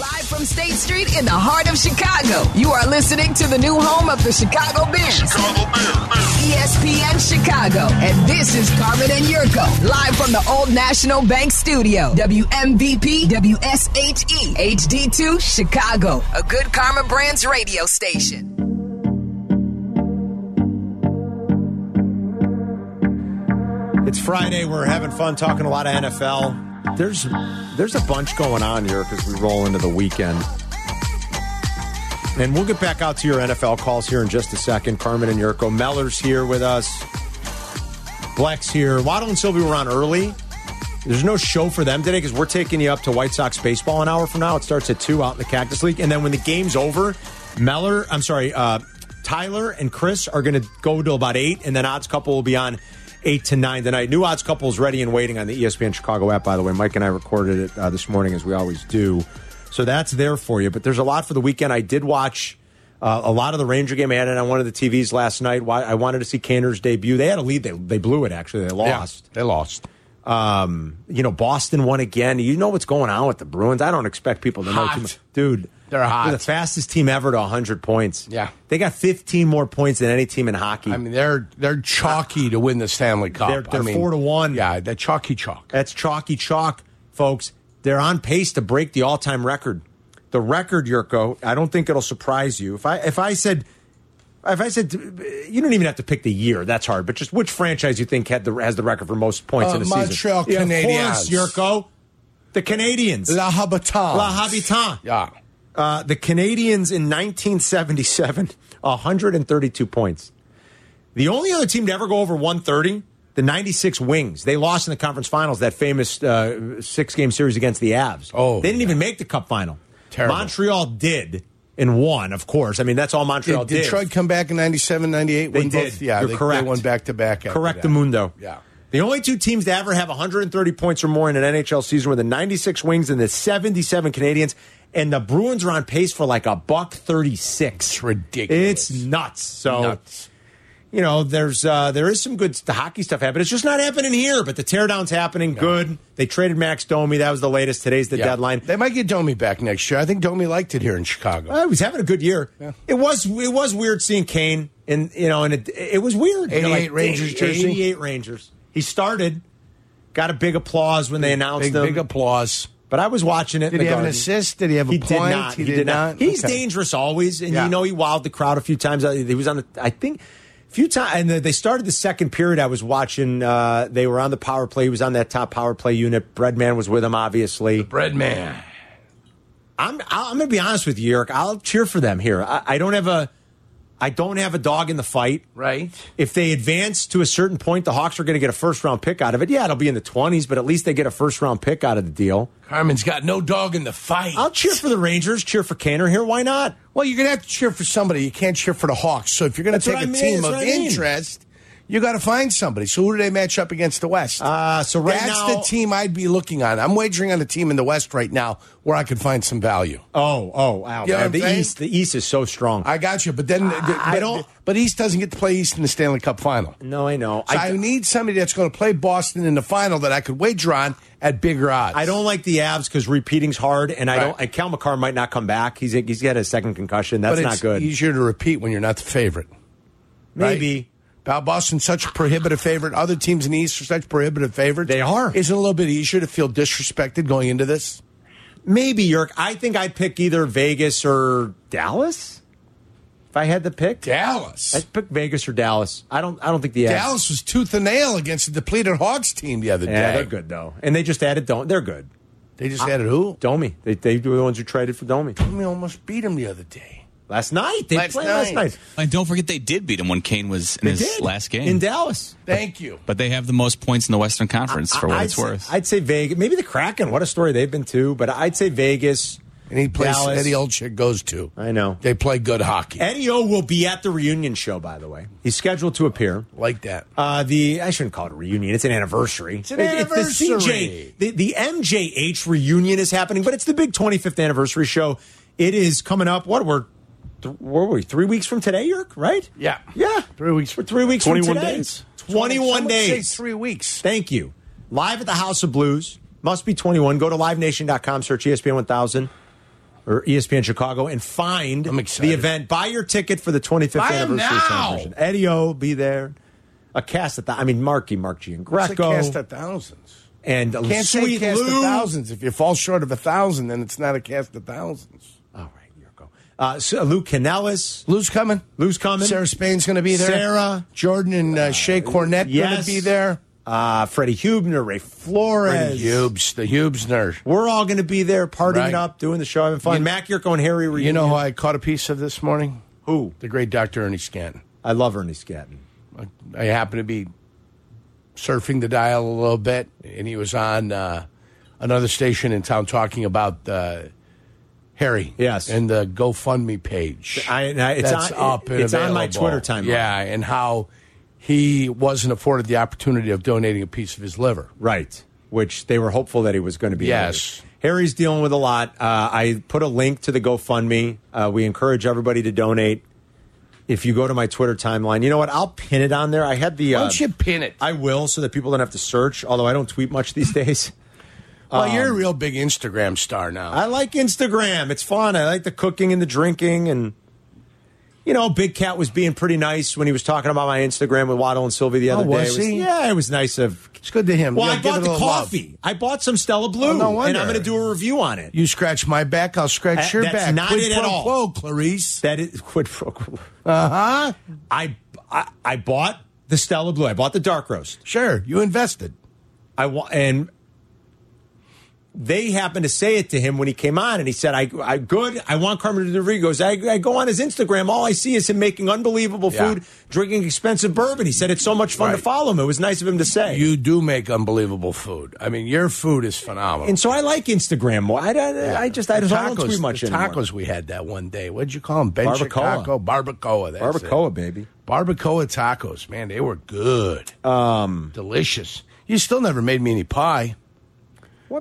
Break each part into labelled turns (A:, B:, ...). A: Live from State Street in the heart of Chicago, you are listening to the new home of the Chicago Bears. E ESPN Chicago. And this is Carmen and Yurko, live from the Old National Bank Studio. WMVP WSHE HD2 Chicago, a good Karma Brands radio station.
B: It's Friday. We're having fun talking a lot of NFL. There's there's a bunch going on here because we roll into the weekend. And we'll get back out to your NFL calls here in just a second. Carmen and Yurko. Meller's here with us. Black's here. Waddle and Sylvie were on early. There's no show for them today because we're taking you up to White Sox baseball an hour from now. It starts at 2 out in the Cactus League. And then when the game's over, Meller, I'm sorry, uh, Tyler and Chris are going to go to about 8, and then Odds Couple will be on 8 to 9 tonight. New Odds Couple is ready and waiting on the E ESPN Chicago app, by the way. Mike and I recorded it uh, this morning, as we always do. So that's there for you. But there's a lot for the weekend. I did watch. Uh, a lot of the Ranger game I had it on one of the TVs last night. Why- I wanted to see Canner's debut. They had a lead. They, they blew it, actually. They lost.
C: Yeah, they lost.
B: Um, you know, Boston won again. You know what's going on with the Bruins. I don't expect people to know
C: Hot.
B: too much. Dude,
C: They're hot.
B: the fastest team ever to 100 points.
C: Yeah.
B: They got 15 more points than any team in hockey.
C: I mean, they're they're chalky to win the Stanley Cup.
B: They're- they're
C: I mean,
B: four to one.
C: Yeah, they're chalky chalk.
B: That's chalky chalk, folks. They're on pace to break the all-time record. The record, Yurko. I don't think it'll surprise you if I if I said if I said you don't even have to pick the year. That's hard, but just which franchise you think had the has the record for most points
C: Uh,
B: in a
C: Montreal
B: season? Yeah,
C: Canadiens.
B: of course, Yurko. The Canadians, La,
C: La Habitant.
B: Habitant.
C: Oh. Yeah.
B: Uh, the Canadians in 1977, 132 points. The only other team to ever go over 130, the 96 Wings. They lost in the conference finals, that famous uh, six game series against the Avs.
C: Oh,
B: they didn't
C: yeah.
B: even make the cup final.
C: Terrible.
B: Montreal did and won, of course. I mean, that's all Montreal
C: Did,
B: did.
C: did Detroit come back in 97, 98?
B: They
C: win
B: did.
C: Both? Yeah,
B: You're
C: they,
B: correct.
C: They won back to back. after
B: Correct
C: that.
B: the mundo.
C: Yeah.
B: The only two teams to ever have 130 points or more in an NHL season were the 96 Wings and the 77 Canadians. And the Bruins are on pace for like a buck 36.
C: It's ridiculous.
B: It's nuts. So
C: Nuts.
B: you know, there's uh, there is some good the hockey stuff happening. It's just not happening here, but the teardown's happening. Good. They traded Max Domi. That was the latest. Today's the
C: Yeah.
B: deadline.
C: They might get Domi back next year. I think Domi liked it here in Chicago.
B: I was having a good year. It was it was weird seeing Kane, and you know, and it it was weird. You know,
C: 88 Rangers jersey.
B: 88 Rangers. He started, got a big applause when they announced
C: big,
B: him.
C: big applause.
B: but I was watching it. in
C: Did
B: the
C: he have an
B: garden.
C: assist? Did he have a
B: He
C: point?
B: did not. He, did, not. He's
C: Okay.
B: dangerous always, and
C: Yeah.
B: you know he wowed the crowd a few times. I- He was on the, I think, a few times, and they started the second period. I was watching. Uh, they were on the power play. He was on that top power play unit. Breadman was with him, obviously.
C: Bread man.
B: I'm I'll- I'm gonna be honest with you, Eric. I'll cheer for them here. I, I don't have a I don't have a dog in the fight.
C: Right.
B: If they advance to a certain point, the Hawks are going to get a first round pick out of it. Yeah, it'll be in the 20s, but at least they get a first round pick out of the deal.
C: Carmen's got no dog in the fight.
B: I'll cheer for the Rangers, cheer for Canner here. Why not?
C: Well, you're going to have to cheer for somebody. You can't cheer for the Hawks. So if you're going to
B: That's
C: take
B: what
C: a
B: I mean.
C: team
B: That's
C: of
B: what I mean.
C: interest, you got to find somebody. So who do they match up against the West?
B: Uh, so right
C: That's
B: now,
C: the team I'd be looking on. I'm wagering on a team in the West right now where I could find some value.
B: Oh, oh, wow!
C: You know what
B: man.
C: I'm
B: the
C: saying?
B: East, the East is so strong.
C: I got you, but then
B: I
C: but,
B: don't-
C: But East doesn't get to play East in the Stanley Cup final.
B: no, I know.
C: So I,
B: I,
C: need somebody that's going to play Boston in the final that I could wager on at bigger odds.
B: I don't like the abs because repeating's hard, and I
C: Right.
B: don't. And Cal McCarr might not come back. He's he's got a second concussion. That's
C: but
B: not
C: it's e-
B: good.
C: easier to repeat when you're not the favorite. right?
B: Maybe
C: Now, Boston's such a prohibitive favorite. Other teams in the East are such prohibitive favorites.
B: They are.
C: Isn't it a little bit easier to feel disrespected going into this?
B: maybe York. I think I'd pick either Vegas or Dallas if I had the pick.
C: Dallas.
B: I'd pick Vegas or Dallas. I don't. I don't think the abs.
C: Dallas was tooth and nail against the depleted Hawks team the other day.
B: Yeah, they're good though, and they just added. Don't they're good.
C: They just added who?
B: Domi. They they were the ones who traded for Domi
C: We almost beat him the other day.
B: last night. They
C: Last
B: played last
C: night.
B: night.
D: And don't forget they did beat him when Kane was in
B: They
D: his
B: did
D: last game.
B: in Dallas.
C: Thank you.
D: but they have the most points in the Western Conference for what
B: I'd
D: it's
B: say-
D: worth.
B: I'd say Vegas. Maybe the Kraken. What a story they've been to. But I'd say Vegas.
C: Any place
B: Dallas.
C: Eddie Olczyk goes to.
B: I know.
C: They play good hockey.
B: Eddie O will be at the reunion show, by the way. He's scheduled to appear.
C: like that.
B: Uh, the I shouldn't call it a reunion. It's an anniversary. It's
C: an
B: the
C: anniversary.
B: CJ, the, the MJH reunion is happening, but it's the big 25th anniversary show. It is coming up. What we're th- were we three weeks from today, Yerk? Right?
C: Yeah.
B: yeah.
C: Three weeks-
B: We're three weeks.
E: 21
B: from today.
E: days.
B: Twenty-one
C: Someone say
B: days.
C: three weeks.
B: Thank you. E Live at the House of Blues. Must be 21. Go to livenation.com, search ESPN 1000. or E ESPN Chicago and find
C: I'm excited.
B: the event. Buy your ticket for the 25th
C: Buy 'em
B: anniversary
C: now!
B: celebration. Eddie O will be there. A cast at the, I mean, Marky, Mark
C: It's a cast
B: Giangreco,
C: of thousands.
B: and
C: Can't
B: Sweet
C: say cast
B: Lou.
C: of thousands. If you fall short of a thousand, then it's not a cast of thousands.
B: All right, Yurko. Uh, so Lou Canellis.
C: Lou's coming.
B: Lou's coming.
C: Sarah Spain's going to be there.
B: Sarah.
C: Jordan and uh, Shea Cornett going
B: Yes.
C: to be there.
B: Uh, Freddie Hubner, Ray Flores.
C: Freddie Hubes, the Hubes nerd.
B: We're all going to be there, partying
C: Right.
B: it up, doing the show, having fun. Mac Yurko and Harry Reid.
C: You know who I caught a piece of this morning?
B: who?
C: The great Dr. Ernie Scanton.
B: I love Ernie Scatton.
C: I- I happened to be surfing the dial a little bit, and he was on uh, another station in town talking about uh, Harry.
B: Yes.
C: and the GoFundMe page.
B: I- and I- it's
C: that's
B: on-
C: up. and
B: it's on my
C: available.
B: Twitter timeline.
C: Yeah, and how he wasn't afforded the opportunity of donating a piece of his liver.
B: Right. Which they were hopeful that he was going to be.
C: Yes.
B: able to. Harry's dealing with a lot. Uh, I put a link to the GoFundMe. Uh, we encourage everybody to donate. If you go to my Twitter timeline, you know what? I'll pin it on there. I had the.
C: Why
B: Uh,
C: don't you pin it?
B: I will so that people don't have to search, although I don't tweet much these days. Um,
C: well, you're a real big Instagram star now.
B: I like Instagram. It's fun. I like the cooking and the drinking and. You know, Big Cat was being pretty nice when he was talking about my Instagram with Waddle and Sylvie the
C: Oh,
B: other day.
C: was
B: It
C: he?
B: yeah, it was nice of
C: it's good to him.
B: Well,
C: Yeah,
B: I
C: give it
B: bought
C: a
B: the
C: little love.
B: coffee. I bought some Stella Blue,
C: Oh, no
B: and
C: wonder.
B: I'm going to do a review on it.
C: You scratch my back, I'll scratch
B: Uh,
C: your
B: that's
C: back.
B: not
C: Quid
B: it at
C: pro
B: all.
C: quo, Clarice.
B: That is quid pro quo.
C: Uh huh.
B: I, I I bought the Stella Blue. I bought the dark roast.
C: Sure, you invested.
B: I wa- and they happened to say it to him when he came on, and he said, "I, I good. I want Carmen de Rodriguez. I, I go on his Instagram. All I see is him making unbelievable
C: Yeah.
B: food, drinking expensive bourbon." He said it's so much fun to
C: Right.
B: follow him. It was nice of him to say.
C: You do make unbelievable food. I mean, your food is phenomenal.
B: and so I like Instagram more. I, I, I just I,
C: The
B: just, I don't tweet much
C: the
B: anymore.
C: tacos we had that one day. What did you call them? Ben
B: Barbacoa.
C: Chicago? Barbacoa. That's it.
B: barbacoa, baby.
C: Barbacoa tacos. Man, they were good. Um, Delicious. You still never made me any pie.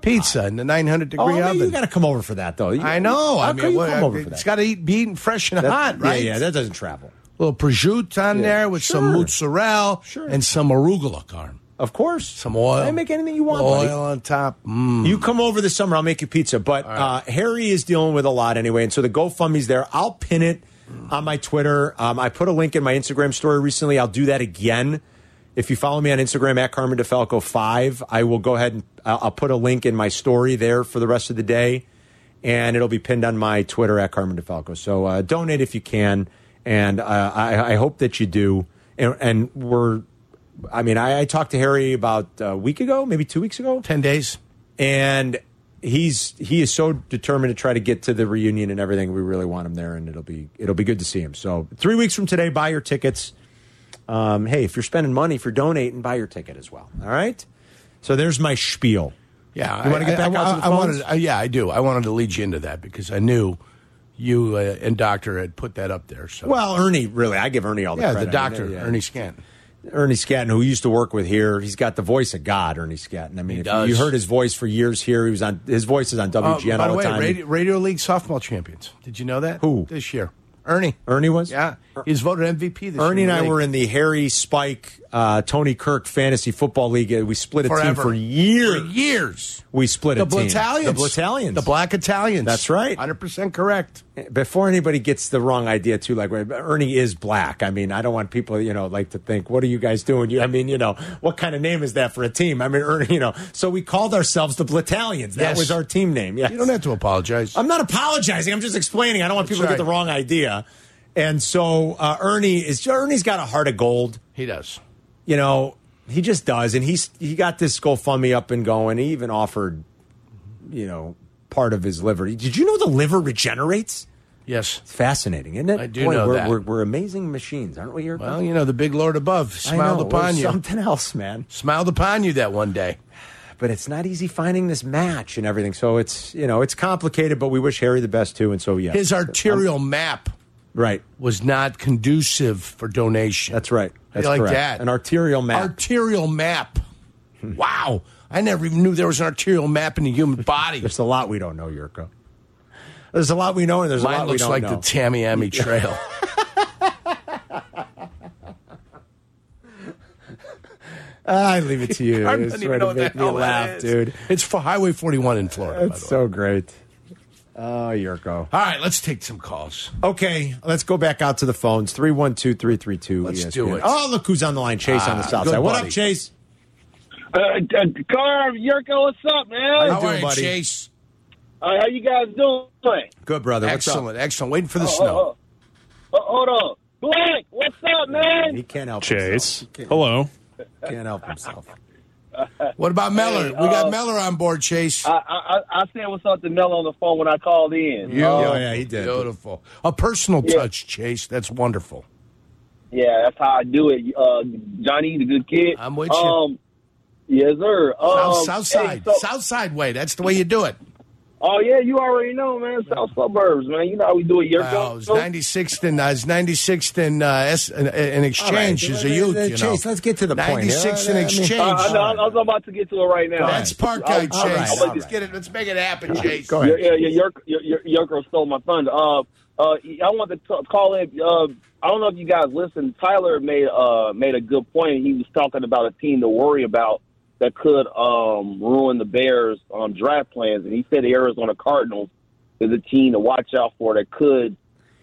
C: Pizza in the 900
B: Oh,
C: degree
B: I mean,
C: oven.
B: you got to come over for that, though. You-
C: I know.
B: How
C: I
B: come
C: mean,
B: you
C: what-
B: come over for
C: it's
B: that?
C: got to eat, be eaten fresh and
B: That-
C: hot, right?
B: Yeah, yeah, that doesn't travel.
C: little prosciutto on
B: Yeah.
C: there with some
B: Sure.
C: mozzarella
B: Sure.
C: and some arugula carne.
B: Of course,
C: Some oil.
B: I make anything you want. buddy.
C: Oil on top. Mm.
B: You come over this summer, I'll make you pizza. But uh, Harry is dealing with a lot anyway, and so the GoFundMe's there. I'll pin it on my Twitter. Um, I put a link in my Instagram story recently. I'll do that again. If you follow me on Instagram at Carmen DeFalco five, I will go ahead and uh, I'll I'll put a link in my story there for the rest of the day, and it'll be pinned on my Twitter at Carmen DeFalco. So uh, donate if you can, and uh, I, I hope that you do. And, and we're, I mean, I, I talked to Harry about a week ago, maybe two weeks ago
C: Ten days.
B: and he's he is so determined to try to get to the reunion and everything. We really want him there, and it'll be it'll be good to see him. So three weeks from today, buy your tickets. Um, hey, if you're spending money, if you're donating, buy your ticket as well. All right. So there's my spiel.
C: Yeah,
B: You wanna
C: I-
B: get
C: I-
B: back
C: I,
B: out to the
C: I
B: phones?
C: wanted, uh, yeah, I do. I wanted to lead you into that because I knew you uh, and Doctor had put that up there. So
B: Well, Ernie, really, I give Ernie all the
C: yeah, the
B: credit. I mean,
C: Doctor
B: yeah.
C: Ernie Scanton.
B: Ernie Scatton, who we used to work with here, he's got the voice of God. Ernie Scatton. I mean, if you-
C: does.
B: you heard his voice for years here. He was on his voice is on
C: Uh,
B: WGN
C: by
B: all
C: the
B: the
C: way,
B: time.
C: Radio, Radio League softball champions. Did you know that?
B: Who?
C: this year? Ernie.
B: Ernie was
C: Yeah, he's voted MVP this year.
B: Ernie and I
C: league.
B: were in the Harry Spike, uh, Tony Kirk fantasy football league. We split a team
C: forever
B: for years.
C: For years.
B: We split
C: The
B: a team.
C: Italians.
B: The Italians.
C: The Black Italians.
B: That's right.
C: Hundred percent correct.
B: Before anybody gets the wrong idea, too, like Ernie is black. I mean, I don't want people, you know, like to think, what are you guys doing? You, I mean, you know, what kind of name is that for a team? I mean, Ernie, you know, so we called ourselves the Blatalians. That
C: Yes.
B: was our team name. Yes.
C: You don't have to apologize.
B: I'm not apologizing. I'm just explaining. I don't want
C: That's
B: people to get
C: right.
B: the wrong idea. And so uh, Ernie is Ernie's got a heart of gold.
C: he does.
B: you know, he just does, and he's he got this GoFundMe up and going. He even offered, you know, part of his liver. Did you know the liver regenerates?
C: Yes.
B: It's fascinating, isn't it?
C: I do
B: Boy,
C: know
B: we're,
C: that.
B: We're, we're amazing machines, aren't we? Here,
C: Well, you know the big Lord above smiled upon you.
B: Something else, man.
C: Smiled upon you that one day.
B: But it's not easy finding this match and everything. So it's you know it's complicated, but we wish Harry the best too. And so yeah,
C: His arterial map
B: right.
C: was not conducive for donation.
B: That's right.
C: I
B: That's
C: like
B: correct.
C: that.
B: An arterial map. Hmm.
C: Arterial map. wow. I never even knew there was an arterial map in the human body.
B: there's a lot we don't know, Yurko. There's a lot we know, and there's a
C: Mine
B: lot we
C: looks
B: don't
C: like
B: know.
C: the Tamiami Trail.
B: I leave it to you.
C: I
B: It's
C: don't even
B: way to
C: know what the
B: make me
C: hell that
B: laugh,
C: is.
B: dude.
C: It's for Highway 41 in Florida. by
B: That's
C: the way.
B: so great. Oh, Yurko.
C: All right, let's take some calls.
B: Okay, let's go back out to the phones. 312 332
C: Let's do it.
B: Oh, look who's on the line. Chase on the
C: Ah,
B: south
C: good
B: side. What
C: buddy.
B: up, Chase?
E: Uh, uh, Carv, Yurko, what's up, man?
B: How
C: How,
B: you doing,
C: are you,
B: buddy?
C: Chase?
E: Uh, how you guys doing?
B: Good, brother.
C: Excellent, excellent. Waiting for the
E: Oh,
C: snow.
E: oh, oh. Oh, hold on. Blank, what's up,
B: What's up? He
E: man?
B: can't help
F: Chase.
B: himself. He can't,
F: Hello.
B: can't help himself.
C: What about Meller? we
E: uh,
C: got Meller on board, Chase.
E: I, I, I I said what's up to Mel on the phone when I called in.
B: Oh, yeah, he did.
C: Beautiful. A personal
E: uh, Yeah.
C: touch, Chase. That's wonderful.
E: Yeah, that's how I do it. Uh, Johnny, the good kid.
C: I'm with you.
E: um, you. Yes, sir. Um,
C: South, south side.
E: hey, so-
C: south side way. That's the way you do it.
E: Oh yeah, you already know, man. South suburbs, man. You know how we do it. Your
C: Wow, it's 96th and uh, it's 96th and uh, S, an,
B: All
C: an
B: right,
C: exchange is a
B: uh,
C: youth.
B: uh,
C: you know.
B: Chase, let's get to the point.
C: 96
B: Uh,
C: in
B: I mean-
C: exchange.
E: Uh, I know, I'm, I'm about to get to it right now.
C: That's Park Guy
E: I'll-
C: Chase.
B: all right, all
C: let's
B: right.
C: get it. Let's make it happen, Chase.
B: Go
E: Yeah,
B: ahead.
E: yeah, yeah. Your, your, your girl stole my thunder. Uh, uh, I want to t- call in. Uh, I don't know if you guys listened. Tyler made uh made a good point. He was talking about a team to worry about that could um ruin the Bears' um, draft plans, and he said the Arizona Cardinals is a team to watch out for that could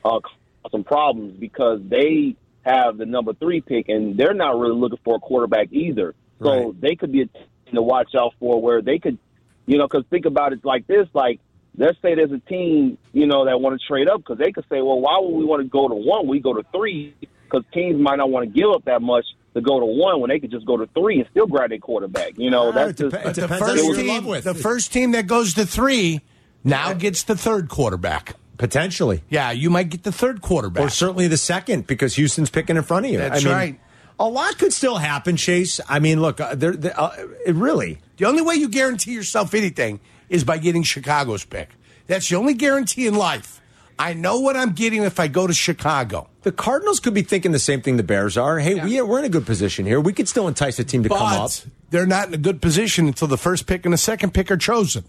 E: uh, cause some problems because they have the number three pick, and they're not really looking for a quarterback either. So
B: Right.
E: they could be a team to watch out for where they could you know, because think about it like this: like let's say there's a team, you know, that want to trade up because they could say, well, why would we want to go to one? We go to three because teams might not want to give up that much to go to one when they could just go to three and still grab their quarterback. You know,
B: Ah,
E: that's
B: it
E: just
B: dep- it
C: The
B: Depends on who
C: first,
B: you're in love
C: team,
B: with.
C: the first team that goes to three now gets the third quarterback.
B: Potentially.
C: Yeah, you might get the third quarterback.
B: Or certainly the second because Houston's picking in front of you.
C: That's
B: I mean,
C: right.
B: A lot could still happen, Chase. I mean, look, uh, there, there, uh, it really.
C: The only way you guarantee yourself anything is by getting Chicago's pick. That's the only guarantee in life. I know what I'm getting if I go to Chicago.
B: The Cardinals could be thinking the same thing the Bears are. Hey, we, we're in a good position here. We could still entice a team to come up.
C: But they're not in a good position until the first pick and the second pick are chosen.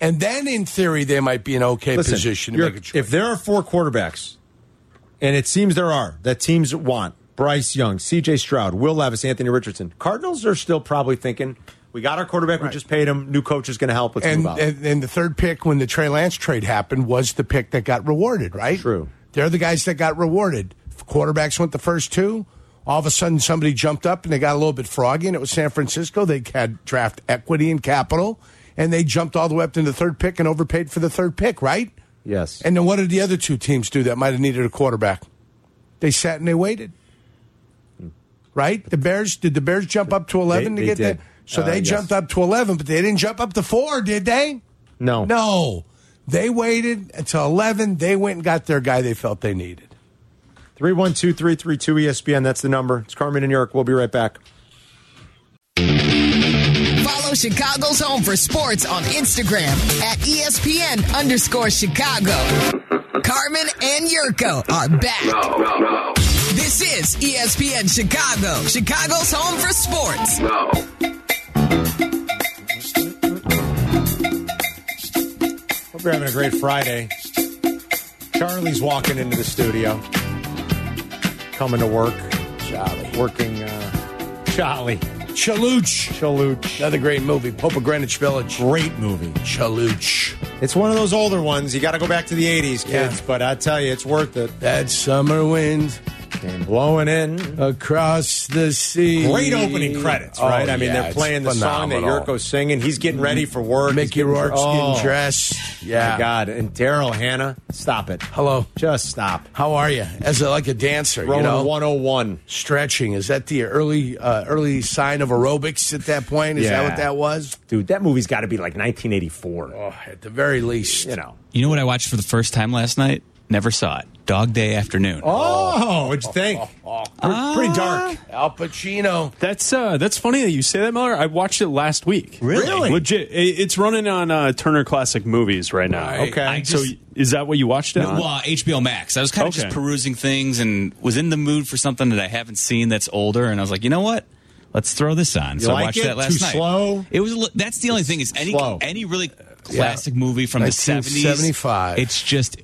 C: And then, in theory, they might be in okay
B: Listen,
C: position to
B: you're-
C: make a choice.
B: if there are four quarterbacks, and it seems there are, that teams want Bryce Young, CJ Stroud, Will Levis, Anthony Richardson, Cardinals are still probably thinking, we got our quarterback, we just paid him, new coach is going to help, let's
C: and,
B: move out.
C: and and the third pick when the Trey Lance trade happened was the pick that got rewarded, right?
B: True.
C: They're the guys that got rewarded. Quarterbacks went the first two. All of a sudden, somebody jumped up and they got a little bit froggy, and it was San Francisco. They had draft equity and capital, and they jumped all the way up to the third pick and overpaid for the third pick, right?
B: yes.
C: And then what did the other two teams do that might have needed a quarterback? They sat and they waited. Right? The Bears did the Bears jump up to eleven
B: they
C: to get
B: did.
C: that? So
B: Uh,
C: they
B: yes.
C: jumped up to eleven, but they didn't jump up to four, did they?
B: no.
C: No. They waited until eleven. They went and got their guy they felt they needed.
B: 312 332 ESPN. That's the number. It's Carmen and York. We'll be right back.
A: Follow Chicago's Home for Sports on Instagram at E ESPN underscore Chicago. Carmen and Yurko are back. This is E ESPN Chicago, Chicago's Home for Sports.
B: Hope you're having a great Friday. Charlie's walking into the studio, coming to work,
C: Charlie.
B: working. Uh, Charlie.
C: Chaluch.
B: Chaluch.
C: Another great movie. Pope of Greenwich Village.
B: Great movie.
C: Chaluch.
B: It's one of those older ones. You got to go back to the 80s, kids,
C: Yeah.
B: but I tell you, it's worth it.
C: That summer wind
B: And blowing in.
C: across the sea.
B: Great opening credits,
C: Oh,
B: right? I mean,
C: yeah,
B: they're
C: it's
B: playing the song that
C: phenomenal.
B: Yurko's singing. He's getting ready for work. He's
C: Mickey
B: getting-
C: Rourke's
B: Oh.
C: getting dressed.
B: Yeah.
C: Yeah.
B: My God. And Daryl Hannah, stop it.
C: Hello.
B: Just stop.
C: How are you? As a, like a dancer,
B: Roman
C: you know,
B: 101.
C: stretching is that the early uh, early sign of aerobics at that point? Is
B: Yeah.
C: that what that was?
B: Dude, that movie's got to be like 1984.
C: Oh, at the very least,
B: You know.
D: You know what I watched for the first time last night? Never saw it. Dog Day Afternoon.
B: Oh, what'd you think? Pretty- Pretty dark.
C: Al Pacino.
F: Ah. That's uh, that's funny that you say that, Miller. I watched it last week.
B: Really?
F: Legit. It- It's running on uh, Turner Classic Movies right now.
C: Right.
B: Okay. I
F: so
D: just-
F: is that what you watched it on?
D: Well, HBO Max. I was kind of just
F: Okay.
D: perusing things and was in the mood for something that I haven't seen that's older, and I was like, you know what? Let's throw this on. so
B: like
D: I watched
B: it?
D: that last
B: Too
D: night.
B: slow? Oh.
D: It was. A li- that's the only thing is any
B: slow.
D: any really classic movie from the seventies,
C: 1975.
D: It's just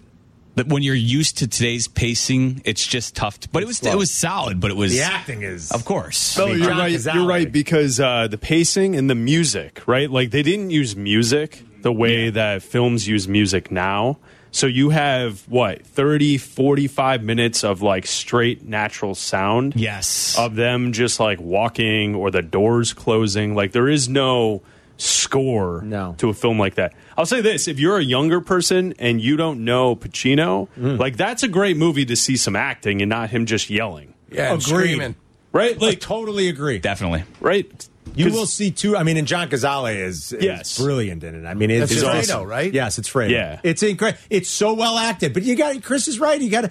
D: that when you're used to today's pacing, it's just tough. To, but it was it was solid. But it was
B: The acting is.
D: of course.
F: No, you're
B: John
F: right.
B: Cazale.
F: You're right because uh, the pacing and the music, right? Like they didn't use music the way that films use music now. So you have what 30 45 minutes of like straight natural sound
G: Yes.
F: of them just like walking or the doors closing. Like there is no score
B: No.
F: to a film like that. I'll say this: if you're a younger person and you don't know Pacino, like that's a great movie to see some acting and not him just yelling,
C: Yeah, and
B: Agreed.
C: screaming.
F: right?
B: I
F: Like
B: totally agree.
D: Definitely.
F: right.
B: you
F: 'Cause-
B: will see two. I mean, and John Cazale is, is
F: Yes.
B: brilliant in it. I mean, it's
C: That's
B: it's
C: Fredo,
B: awesome.
C: right?
B: Yes, it's Fredo.
F: Yeah.
B: it's incredible. It's so well acted. But you got Chris is right. You got to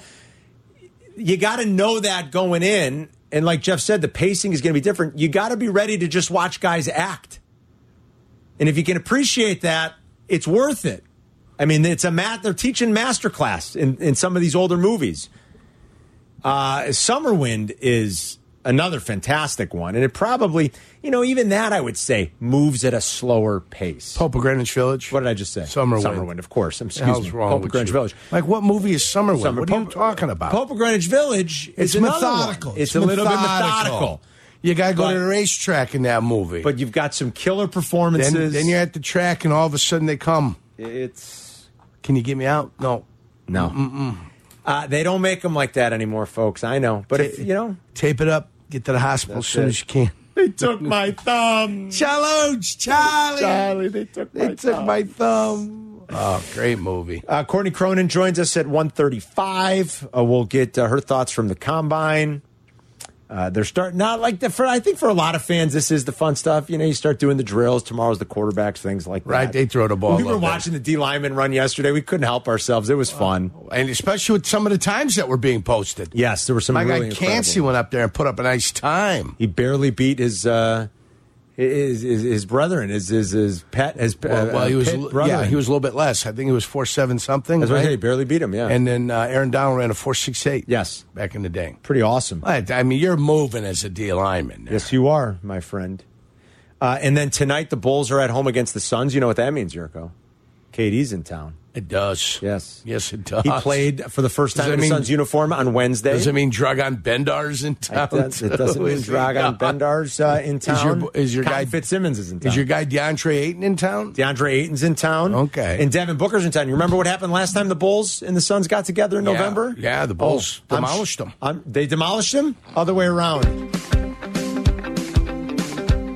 B: you got to know that going in, and like Jeff said, the pacing is going to be different. You got to be ready to just watch guys act, and if you can appreciate that, it's worth it. I mean, it's a math. They're teaching master class in in some of these older movies. Uh, Summer Wind is another fantastic one, and it probably, you know, even that I would say moves at a slower pace.
C: Pope of Greenwich Village.
B: What did I just say?
C: Summerwind.
B: Summerwind, of course.
C: The
B: Excuse
C: hell's
B: me.
C: wrong
B: Pope
C: with
B: of Greenwich
C: you?
B: Village.
C: Like what movie is Summerwind?
B: Summer-
C: what are you
B: Pope-
C: talking about?
B: Pope of Greenwich Village is
C: it's
B: another one.
C: methodical.
B: It's, a little bit methodical.
C: You got to go
B: But-
C: to the racetrack in that movie.
B: But you've got some killer performances.
C: then, then you're at the track, and all of a sudden they come.
B: it's
C: Can you get me out? No.
B: no. Uh, they don't make them like that anymore, folks. I know, but if, you know,
C: Tape it up. Get to the hospital as soon
B: it.
C: as you can.
B: they took my thumb.
C: Challenge, Charlie.
B: they took
C: They took my thumb. Oh, great movie.
B: Uh, Courtney Cronin joins us at 135. Uh, we'll get uh, her thoughts from the combine. Uh, they're starting not like the for I think for a lot of fans this is the fun stuff. You know, you start doing the drills. Tomorrow's the quarterbacks, things like that.
C: Right, they throw the ball
B: We
C: a
B: were
C: little bit.
B: watching the D lineman run yesterday. We couldn't help ourselves. It was fun.
C: And especially with some of the times that were being posted.
B: Yes, there were some
C: My
B: really
C: guy
B: incredible-
C: Cansey went up there and put up a nice time.
B: He barely beat his uh, his, his his brethren, his his, his pet, his uh,
C: Well, well, he was,
B: pit
C: yeah,
B: brethren.
C: he was a little bit less. I think he was four seven something.
B: That's what I
C: right?
B: said, He barely beat him. Yeah,
C: And then uh, Aaron Donald ran a four six eight.
B: Yes.
C: back in the day.
B: pretty awesome.
C: I, I mean, you're moving as a D lineman. there.
B: Yes, you are, my friend. Uh, and then tonight, the Bulls are at home against the Suns. You know what that means, Yurko. KD's in town.
C: it does.
B: Yes.
C: yes, it does.
B: He played for the first
C: Does
B: time
C: that
B: in the
C: mean-
B: Suns uniform on Wednesday.
C: Does it mean Dragon Bendar's in
B: It
C: town?
B: does- it
C: too?
B: doesn't mean
C: Is he
B: Dragon
C: not?
B: Bendar's uh, in
C: your-
B: town.
C: is your
B: Con
C: guy-
B: Fitzsimmons is in town?
C: Is your guy DeAndre Ayton in town?
B: DeAndre Ayton's in town.
C: Okay.
B: And Devin Booker's in town. You remember what happened last time the Bulls and the Suns got together in
C: Yeah.
B: November? Oh,
C: Yeah, the Bulls
B: I'm
C: demolished
B: sh-
C: them.
B: I'm- they demolished them? Other way around.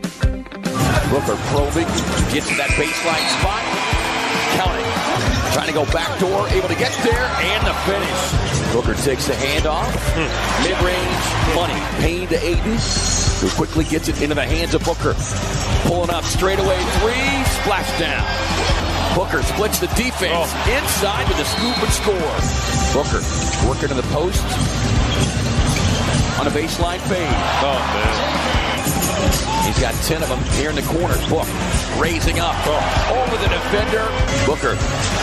H: Booker probing, gets to that baseline spot, counting, trying to go backdoor, able to get there, and the finish. Booker takes the handoff, mid-range, money, Payne to Aiden, who quickly gets it into the hands of Booker, pulling up straightaway three, splash down. Booker splits the defense inside with a scoop and score. Booker working in the post on a baseline fade. He's got 10 of them here in the corner. Book raising up Oh, over the defender. Booker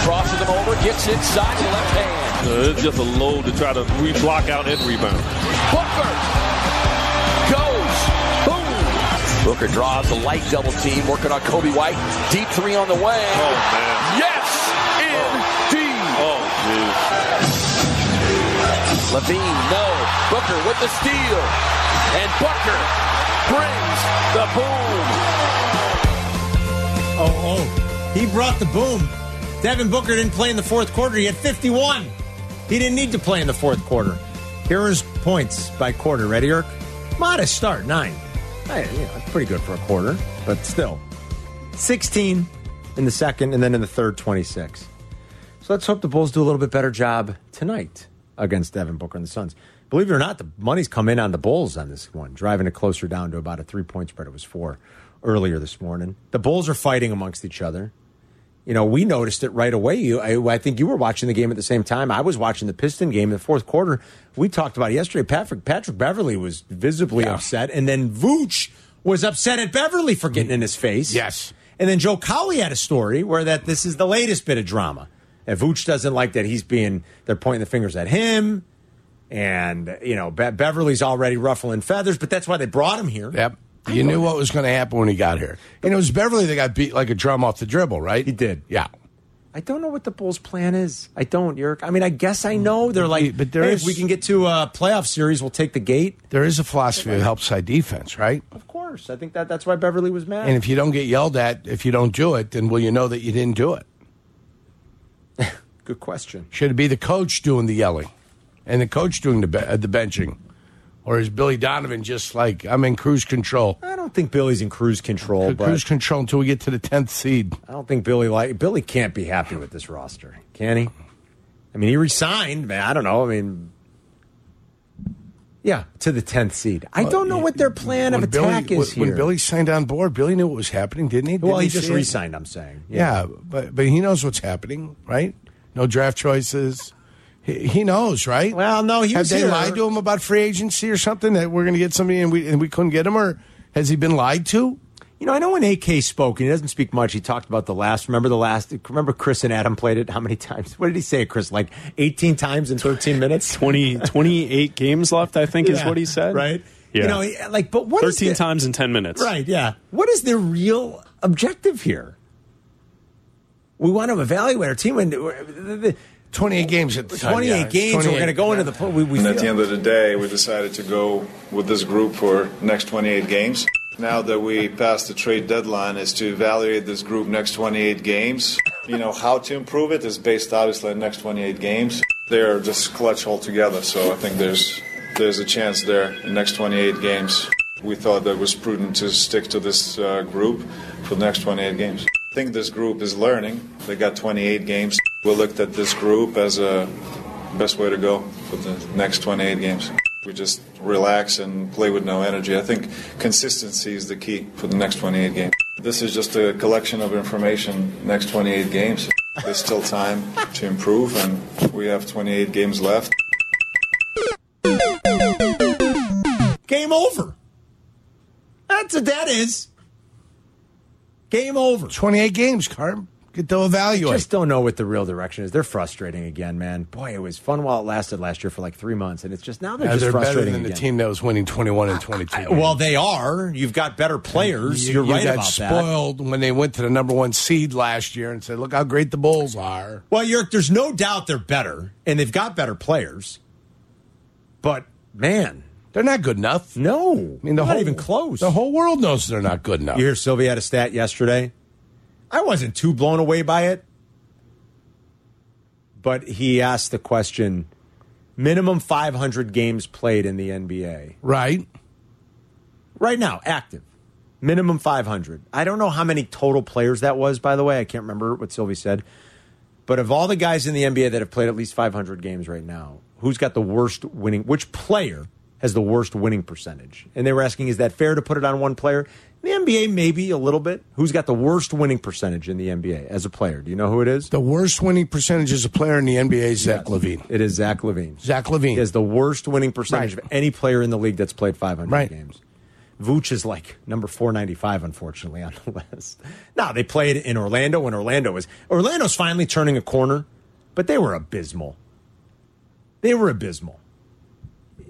H: crosses him over, gets inside the left hand.
I: Uh, It's just a load to try to re-block out and rebound.
H: Booker goes. Boom. Booker draws the light double team, working on Kobe White. Deep three on the way.
I: Oh, man.
H: Yes, indeed.
I: Oh,
H: Levine, no. Booker with the steal. And Booker brings the boom.
B: Oh, oh. He brought the boom. Devin Booker didn't play in the fourth quarter. He had 51. He didn't need to play in the fourth quarter. Here is points by quarter. Ready, Irk? Modest start, nine. Hey, you know, pretty good for a quarter, but still. 16 in the second, and then in the third, 26. So let's hope the Bulls do a little bit better job tonight against Devin Booker and the Suns. Believe it or not, the money's come in on the Bulls on this one, driving it closer down to about a three point spread. It was four earlier this morning. The Bulls are fighting amongst each other. You know, we noticed it right away. You, I, I think you were watching the game at the same time. I was watching the Piston game in the fourth quarter. We talked about it yesterday. Patrick Patrick Beverly was visibly upset, and then Vooch was upset at Beverly for getting in his face.
C: Yes.
B: And then Joe Colley had a story where that this is the latest bit of drama. And Vooch doesn't like that he's being they're pointing the fingers at him, and you know Be- Beverly's already ruffling feathers. But that's why they brought him here.
C: Yep. You knew what was going to happen when he got here. And it was Beverly that got beat like a drum off the dribble, right?
B: He did.
C: Yeah.
B: I don't know what the Bulls' plan is. I don't, Yerk. I mean, I guess I know. They're like,
C: But there
B: hey,
C: is-
B: if we can get to a playoff series, we'll take the gate.
C: There is a philosophy that helps side defense, right?
B: Of course. I think that that's why Beverly was mad.
C: And if you don't get yelled at if you don't do it, then will you know that you didn't do it?
B: Good question.
C: Should it be the coach doing the yelling and the coach doing the, be- uh, the benching? Or is Billy Donovan just like, I'm in cruise control?
B: I don't think Billy's in cruise control, but
C: Cruise control until we get to the 10th seed.
B: I don't think Billy like Billy can't be happy with this roster, can he? I mean, he resigned, man. I don't know. I mean, yeah, to the tenth seed. I don't know what their plan of attack
C: Billy,
B: is
C: Uh, when,
B: here.
C: when Billy signed on board, Billy knew what was happening, didn't he?
B: well,
C: Didn't
B: he just
C: see it?
B: resigned. I'm saying,
C: Yeah, but but he knows what's happening, right? No draft choices. He, he knows, right?
B: Well, no, he
C: have
B: was
C: they
B: here.
C: lied to him about free agency or something that we're going to get somebody and we and we couldn't get him, or has he been lied to?
B: You know, I know when AK spoke, and he doesn't speak much. He talked about the last. Remember the last? Remember Chris and Adam played it. How many times? What did he say, Chris? Like 18 times in 13 minutes.
F: 20, 28 games left, I think, is
B: Yeah,
F: what he said.
B: Right?
F: Yeah.
B: You know, he- uh, like, but what is
F: 13
B: the-
F: times in 10 minutes.
B: Right, yeah. What is their real objective here? We want to evaluate our team. And we're- the- the-
C: Twenty eight games at the time.
B: 28
C: yeah.
B: games, we're
C: 28.
B: going to go into the. pl- We, we
G: And at
B: feel-
G: the end of the day, we decided to go with this group for next 28 games. Now that we passed the trade deadline, is to evaluate this group next 28 games. You know how to improve it is based obviously on next 28 games. They're just clutch altogether, so I think there's there's a chance there in next 28 games. We thought that it was prudent to stick to this uh, group for the next 28 games. I think this group is learning. They got 28 games. We looked at this group as a best way to go for the next 28 games. We just relax and play with no energy. I think consistency is the key for the next 28 games. This is just a collection of information. Next 28 games. There's still time to improve, and we have 28 games left.
B: game over. That's what that is. Game over.
C: 28 games, Carm. Get to evaluate.
B: Just don't know what the real direction is. They're frustrating again, man. Boy, it was fun while it lasted last year for like three months, and it's just now they're
C: Yeah,
B: just
C: they're better
B: frustrating
C: than the
B: again.
C: team that was winning 21 and 22.
B: Well, they are. You've got better players. You, are right
C: got
B: about that.
C: spoiled when they went to the number one seed last year and said, "Look how great the Bulls are."
B: Well, York, there's no doubt they're better, and they've got better players. But man,
C: They're not good enough.
B: no,
C: I mean, the
B: not
C: whole,
B: even close.
C: The whole world knows they're not good enough.
B: you hear Sylvia had a stat yesterday. I wasn't too blown away by it, but he asked the question: minimum 500 games played in the NBA
C: right?
B: right now, active. Minimum 500. I don't know how many total players that was, by the way. I can't remember what Sylvie said. But of all the guys in the NBA that have played at least 500 games right now, who's got the worst winning? Which player has the worst winning percentage? And they were asking, is that fair to put it on one player? In the NBA, maybe a little bit. Who's got the worst winning percentage in the NBA as a player? Do you know who it is?
C: The worst winning percentage as a player in the NBA is Zach Levine.
B: It is Zach Levine.
C: Zach Levine.
B: He has the worst winning percentage
C: Right.
B: of any player in the league that's played 500
C: Right.
B: games. Vooch is like number 495, unfortunately, on the list. Now, they played in Orlando when Orlando was. Orlando's finally turning a corner, but they were abysmal. They were abysmal.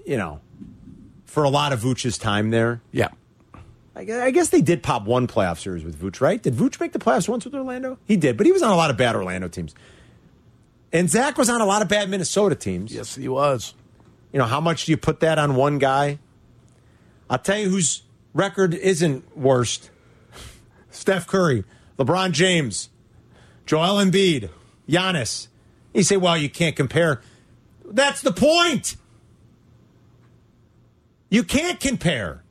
B: You know, for a lot of Vooch's time there.
C: Yeah.
B: I gue- I guess they did pop one playoff series with Vooch, right? Did Vooch make the playoffs once with Orlando? He did, but he was on a lot of bad Orlando teams. And Zach was on a lot of bad Minnesota teams
C: Yes, he was.
B: you know, how much do you put that on one guy? I'll tell you whose record isn't worst. Steph Curry, LeBron James, Joel Embiid, Giannis. You say, well, you can't compare. That's the point. You can't compare.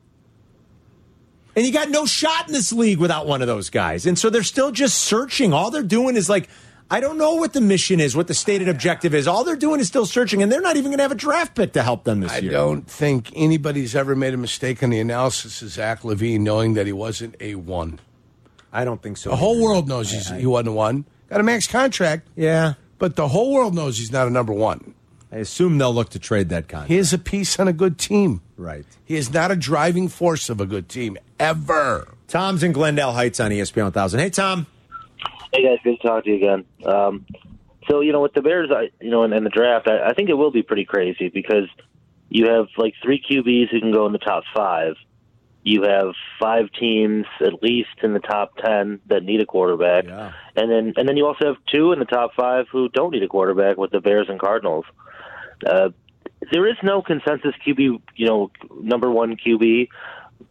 B: And you got no shot in this league without one of those guys. And so they're still just searching. All they're doing is like, I don't know what the mission is, what the stated objective is. All they're doing is still searching, and they're not even going to have a draft pick to help them this
C: I
B: year.
C: don't think anybody's ever made a mistake in the analysis of Zach Levine knowing that he wasn't a one.
B: I don't think so.
C: The whole world knows he's, he wasn't a one. Got a max contract,
B: Yeah.
C: but the whole world knows he's not a number one.
B: I assume they'll look to trade that contract.
C: He is a piece on a good team.
B: Right.
C: He is not a driving force of a good team ever.
B: Tom's in Glendale Heights on E ESPN 1000. Hey, Tom.
J: Hey guys, good to talk to you again. Um, so you know, with the Bears, I, you know, and, and the draft, I, I think it will be pretty crazy because you have like three QBs who can go in the top five, you have five teams at least in the top ten that need a quarterback, and then and then you also have two in the top five who don't need a quarterback with the Bears and Cardinals. Uh, there is no consensus QB, you know, number one QB.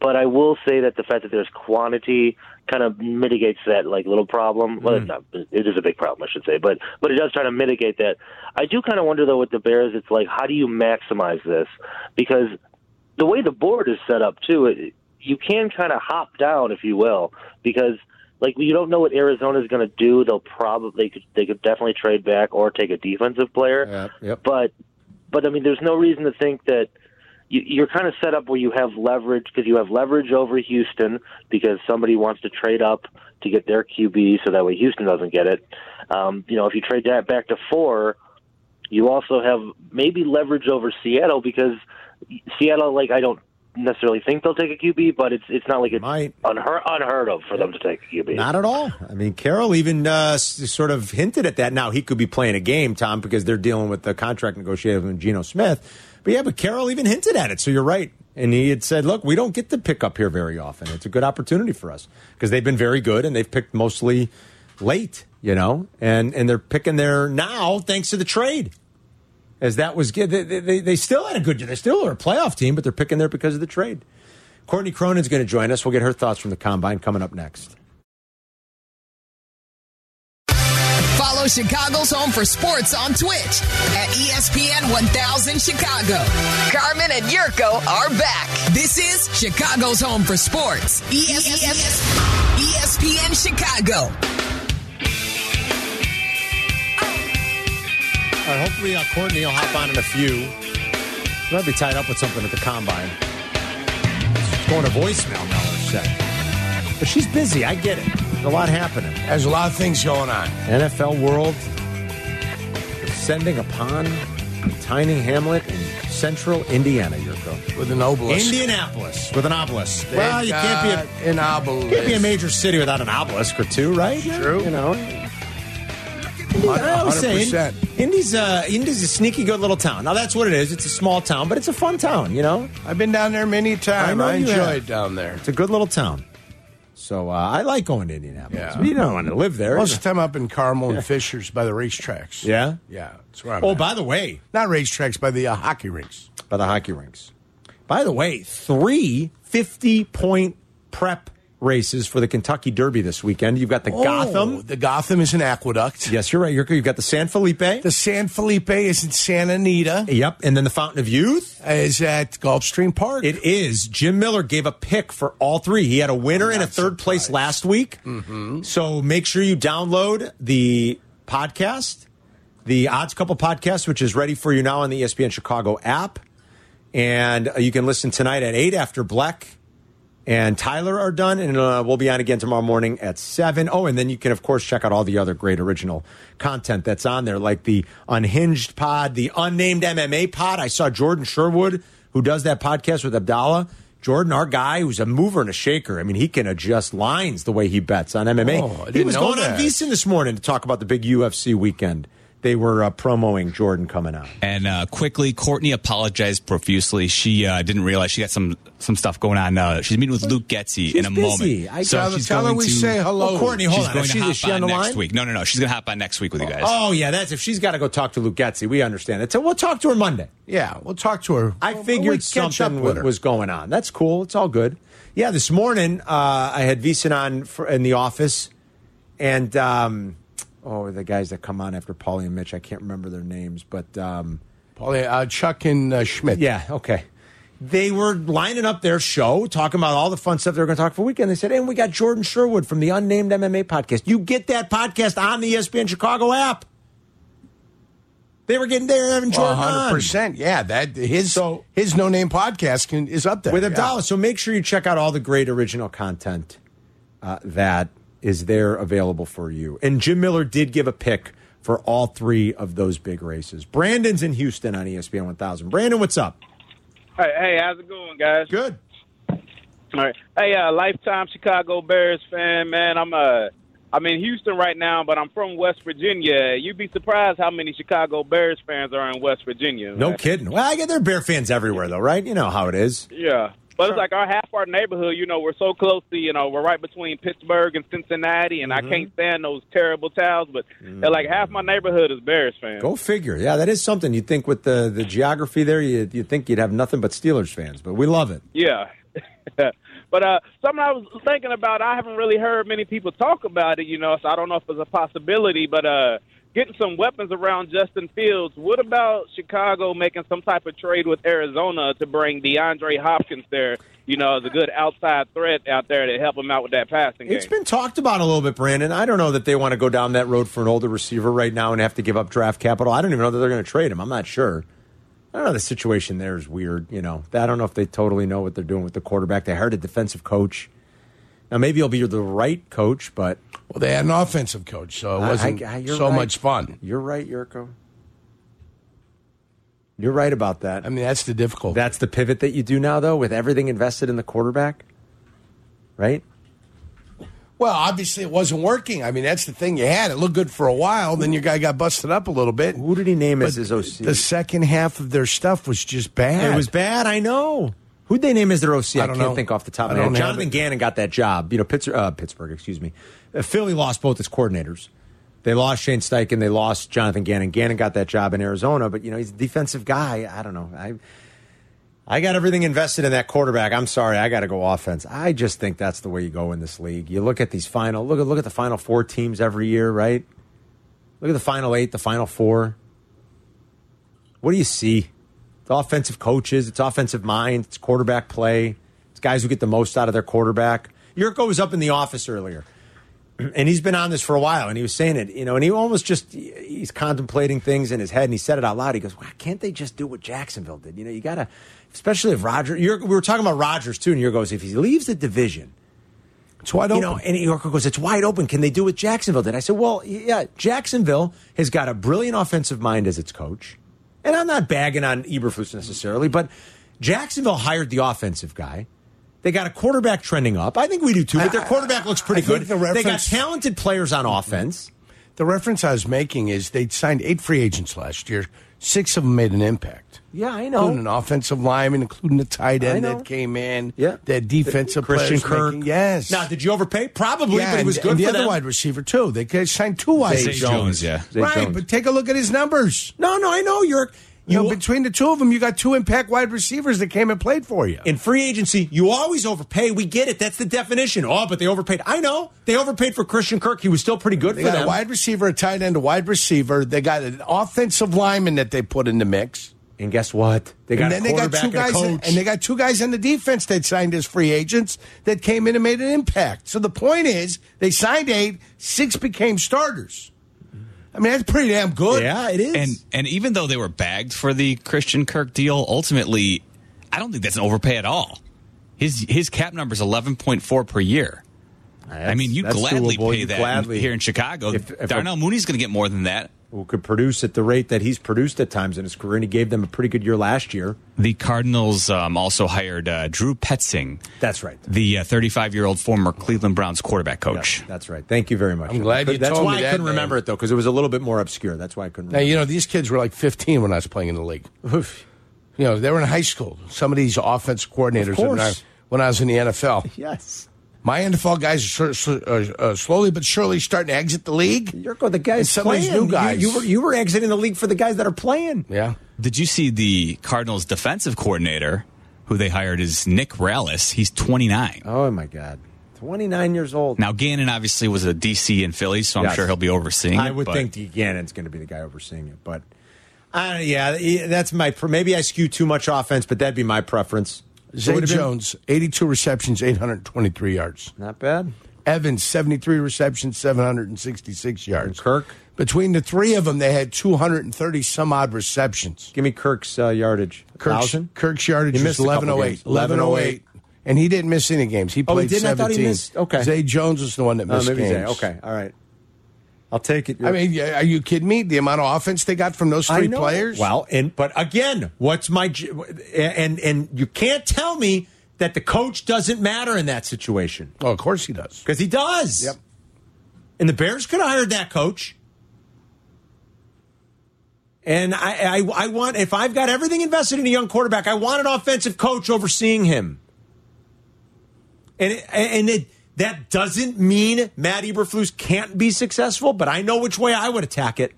J: But I will say that the fact that there's quantity kind of mitigates that like little problem. Well, it's not, it is a big problem, I should say, but but it does try to mitigate that. I do kind of wonder though with the Bears, it's like how do you maximize this? Because the way the board is set up too, it, you can kind of hop down, if you will, because like you don't know what Arizona's going to do. They'll probably they could they could definitely trade back or take a defensive player. But but I mean, there's no reason to think that you, you're kind of set up where you have leverage because you have leverage over Houston because somebody wants to trade up to get their QB, so that way Houston doesn't get it. Um, you know, if you trade that back to four, you also have maybe leverage over Seattle because Seattle, like, I don't necessarily think they'll take a QB, but it's it's not like it's unheard unheard of for them to take a QB.
B: Not at all. I mean, Carroll even uh, s- sort of hinted at that. Now he could be playing a game, Tom, because they're dealing with the contract negotiation with Geno Smith. But yeah, but Carroll even hinted at it. So you're right. And he had said, "Look, we don't get to pick up here very often. It's a good opportunity for us because they've been very good and they've picked mostly late, you know, and and they're picking there now thanks to the trade." As that was good, they, they, they still had a good. They still are a playoff team, but they're picking there because of the trade. Courtney Cronin's going to join us. We'll get her thoughts from the combine coming up next.
A: Follow Chicago's Home for Sports on Twitch at E ESPN 1000 Chicago. Carmen and Yurko are back. This is Chicago's Home for Sports, E ESPN Chicago.
B: All right, hopefully uh, Courtney will hop on in a few. She might be tied up with something at the combine. She's going to voicemail now, said. But she's busy. I get it. There's a lot happening.
C: There's a lot of things going on.
B: NFL world descending upon Tiny Hamlet in central Indiana, Yurko.
C: With an obelisk.
B: Indianapolis. With an obelisk. well, you can't be
C: an
B: a,
C: obelisk.
B: can't be a major city without an obelisk or two, right? True. You know, I always say,
C: 100%.
B: Ind- Indy's, uh, Indy's a sneaky good little town. Now, that's what it is. It's a small town, but it's a fun town, you know?
C: I've been down there many times.
B: know
C: I,
B: you
C: enjoyed
B: have.
C: down there.
B: It's a good little town. So uh, I like going to Indianapolis.
C: Yeah.
B: You don't want to live there.
C: Most of the time up in Carmel and Fishers by the racetracks.
B: yeah?
C: Yeah, that's where I'm
B: Oh,
C: at.
B: by the way,
C: Not racetracks, by the uh, hockey rinks.
B: by the hockey rinks. By the way, three 50 point prep races for the Kentucky Derby this weekend. You've got the
C: Oh,
B: Gotham.
C: The Gotham is an aqueduct.
B: Yes, you're right. Yurko. You've got the San Felipe.
C: The San Felipe is in Santa Anita.
B: yep. And then the Fountain of Youth.
C: Is at Gulfstream Park.
B: It is. Jim Miller gave a pick for all three. He had a winner and a third place last week.
C: Mm-hmm.
B: So make sure you download the podcast, the Odds Couple podcast, which is ready for you now on the E ESPN Chicago app. And uh, you can listen tonight at 8 after Black and Tyler are done. And uh, we'll be on again tomorrow morning at 7. Oh, and then you can, of course, check out all the other great original content that's on there, like the Unhinged Pod, the Unnamed MMA Pod. I saw Jordan Sherwood, who does that podcast with Abdallah. Jordan, our guy, who's a mover and a shaker. I mean, he can adjust lines the way he bets on MMA.
C: Oh, I
B: he
C: didn't
B: was
C: know
B: going on
C: that.
B: Veasan this morning to talk about the big UFC weekend. They were uh, promoing Jordan coming out.
D: And uh, quickly, Courtney apologized profusely. She uh, didn't realize she got some some stuff going on. Uh, she's meeting with Luke Getzey in a
B: busy.
D: moment.
B: I
C: tell tell her we say hello.
B: Oh, Courtney, hold
D: she's
B: on.
D: going
B: Is
D: to
B: she- is
D: hop
B: she on
D: on,
B: the
D: next
B: line?
D: week. No, no, no. She's going to hop on next week with you guys.
B: Oh yeah, that's if she's got to go talk to Luke Getzey. We understand that. So we'll talk to her Monday.
C: Yeah, we'll talk to her.
B: I
C: We'll-
B: figured
C: we'll catch up
B: something
C: with
B: wa-
C: her.
B: was going on. That's cool. It's all good. Yeah, this morning uh, I had Vison on for, in the office, and um, oh, the guys that come on after Paulie and Mitch. I can't remember their names, but um,
C: Probably, uh, Chuck and uh, Schmidt.
B: yeah, okay. They were lining up their show, talking about all the fun stuff they were going to talk for the weekend. They said, "And we got Jordan Sherwood from the Unnamed MMA podcast. You get that podcast on the E ESPN Chicago app." They were getting there having Jordan
C: hundred
B: on.
C: percent. Yeah, that his
B: So-
C: his no name podcast can, is up there
B: with
C: yeah.
B: Abdallah. So make sure you check out all the great original content uh, that is there available for you. And Jim Miller did give a pick for all three of those big races. Brandon's in Houston on E ESPN 1000. Brandon, what's up?
E: Hey, hey, how's it going, guys?
B: Good.
E: All right. Hey, uh, lifetime Chicago Bears fan, man. I'm uh, I'm in Houston right now, but I'm from West Virginia. You'd be surprised how many Chicago Bears fans are in West Virginia.
B: No
E: man.
B: kidding. Well, I get there are bear fans everywhere, though, right? You know how it is.
E: Yeah. But it's like our half our neighborhood, you know, we're so close to, you know, we're right between Pittsburgh and Cincinnati, and
B: Mm-hmm.
E: I can't stand those terrible towns. But they're like half my neighborhood is Bears fans.
B: Mm. Go figure. Yeah, that is something. You'd think with the, the geography there, you'd, you'd think you'd have nothing but Steelers fans, but we love it.
E: Yeah. but uh something I was thinking about, I haven't really heard many people talk about it, you know, so I don't know if it's a possibility, but uh getting some weapons around Justin Fields, what about Chicago making some type of trade with Arizona to bring DeAndre Hopkins there, you know, as a good outside threat out there to help him out with that passing game?
B: It's been talked about a little bit, Brandon. I don't know that they want to go down that road for an older receiver right now and have to give up draft capital. I don't even know that they're going to trade him. I'm not sure. I don't know. The situation there is weird. You know, I don't know if they totally know what they're doing with the quarterback. They hired a defensive coach. Now maybe he'll be the right coach, but
C: well, they had an offensive coach, so it
B: I-
C: wasn't
B: I- you're
C: so
B: right.
C: much fun.
B: You're right, Yurko. You're right about that.
C: I mean, that's the difficult.
B: That's the pivot that you do now, though, with everything invested in the quarterback, right?
C: Well, obviously it wasn't working. I mean, that's the thing you had. It looked good for a while, then your guy got busted up a little bit.
B: Who did he name as
C: But
B: his OC?
C: The second half of their stuff was just bad.
B: It was bad. I know. Who'd they name as their OC? I,
C: I don't
B: can't
C: know.
B: think off the top of my
C: I
B: head.
C: don't have
B: Jonathan
C: it.
B: Gannon got that job. You know, Pittsburgh, uh, Pittsburgh excuse me. Uh, Philly lost both its coordinators. They lost Shane Steichen. They lost Jonathan Gannon. Gannon got that job in Arizona, but you know he's a defensive guy. I don't know. I I got everything invested in that quarterback. I'm sorry, I got to go offense. I just think that's the way you go in this league. You look at these final look at look at the final four teams every year, right? Look at the final eight, the final four. What do you see? It's offensive coaches, it's offensive minds, it's quarterback play, it's guys who get the most out of their quarterback. Yurko was up in the office earlier, and he's been on this for a while, and he was saying it, you know, and he almost just he's contemplating things in his head, and he said it out loud. He goes, "Why can't they just do what Jacksonville did? You know, you gotta, especially if Roger. Yurko, we were talking about Rogers too, and Yurko goes, if he leaves the division,
C: It's wide
B: you
C: open.
B: know, and Yorko goes, it's wide open. Can they do what Jacksonville did? I said, well, yeah, Jacksonville has got a brilliant offensive mind as its coach. And I'm not bagging on Eberflus necessarily, but Jacksonville hired the offensive guy. They got a quarterback trending up. I think we do too, but their
C: I- I-
B: quarterback looks pretty
C: I
B: good.
C: think the
B: they got
C: reference- Mm-hmm.
B: talented players on offense.
C: the reference I was making is they signed eight free agents last year. Six of them made an impact.
B: Yeah, I
C: Including an offensive lineman, including the tight
B: I
C: end
B: know.
C: that came in.
B: Yeah.
C: That defensive
B: Christian
C: players
B: Kirk.
C: making- yes.
B: Now, did you overpay? Probably,
C: yeah,
B: but he was
C: and,
B: good
C: and the
B: for
C: other
B: them.
C: wide receiver too. They could sign two wide
D: Zay
C: receivers.
D: Jones, yeah.
B: Zay
C: right,
B: Jones.
C: but take a look at his numbers.
B: no, no, I know, York.
C: You know, between the two of them, you got two impact wide receivers that came and played for you.
B: In free agency, you always overpay. We get it. That's the definition. Oh, but they overpaid. I know. They overpaid for Christian Kirk. He was still pretty good
C: They
B: for
C: got
B: them.
C: a wide receiver, a tight end, a wide receiver. They got an offensive lineman that they put in the mix.
B: And guess what? They got
C: and
B: a
C: then they got
B: quarterback
C: two guys,
B: and a
C: in-
B: coach.
C: and they got two guys on the defense that signed as free agents that came in and made an impact. So the point is, they signed eight, six became starters. I mean, that's pretty damn good.
B: yeah, it is.
D: And and even though they were bagged for the Christian Kirk deal, ultimately, I don't think that's an overpay at all. His his cap number is eleven point four per year. I mean, you
B: That's
D: gladly
B: doable.
D: pay
B: You
D: that
B: gladly-
D: here in Chicago.
B: If- if a-
D: Darnell Mooney's going to get more than that.
B: who could produce at the rate that he's produced at times in his career, and he gave them a pretty good year last year.
D: The Cardinals um, also hired uh, Drew Petzing,
B: That's right.
D: the 35 year old former Cleveland Browns quarterback coach.
B: Yes, that's right. Thank you very much.
C: I'm glad you
B: That's
C: told
B: why
C: me
B: I
C: that
B: couldn't
C: name.
B: remember it though, because it was a little bit more obscure. That's why I couldn't.
C: Now
B: Remember.
C: you know these kids were like 15 when I was playing in the league. You know, they were in high school. Some of these offense coordinators
B: Of
C: when I,
B: course.
C: when I was in the NFL.
B: yes,
C: My NFL guys are, sl- uh, uh, slowly but surely starting to exit the league.
B: Yurko, the guys
C: And some of these
B: playing.
C: new guys.
B: You, you were you were exiting the league for the guys that are playing.
C: Yeah.
D: Did you see the Cardinals defensive coordinator who they hired is Nick Rallis? He's 29.
B: Oh my God, twenty nine years old.
D: Now, Gannon obviously was a DC in Philly, so I'm
B: Yes.
D: sure he'll be overseeing.
B: I
D: it,
B: would
D: but-
B: think D. Gannon's going to be the guy overseeing it, but uh, yeah, yeah, that's my. pr- Maybe I skew too much offense, but that'd be my preference. So it
C: Zay
B: would've been-
C: Jones, 82 receptions, 823 yards.
B: not bad.
C: Evans, 73 receptions, 766 yards.
B: And Kirk?
C: Between the three of them, they had 230 some odd receptions.
B: Give me Kirk's uh, yardage.
C: Kirk's,
B: Thousand?
C: Kirk's yardage oh
B: He missed
C: was
B: a couple
C: 1108.
B: games. 1108.
C: And he didn't miss any games. He
B: Oh,
C: played
B: he didn't? I
C: 17.
B: thought he missed- okay.
C: Zay Jones was the one that
B: Uh,
C: missed
B: maybe Zay.
C: games.
B: Okay, all right. I'll take it.
C: I mean, yeah, are you kidding me? The amount of offense they got from those
B: I
C: three
B: know.
C: players?
B: Well, and but again, what's my j- and and you can't tell me that the coach doesn't matter in that situation
C: Oh, of course he does.
B: because he does.
C: Yep.
B: And the Bears could have hired that coach. And I, I, I want if I've got everything invested in a young quarterback, I want an offensive coach overseeing him. And it, and it, that doesn't mean Matt Eberflus can't be successful, but I know which way I would attack it.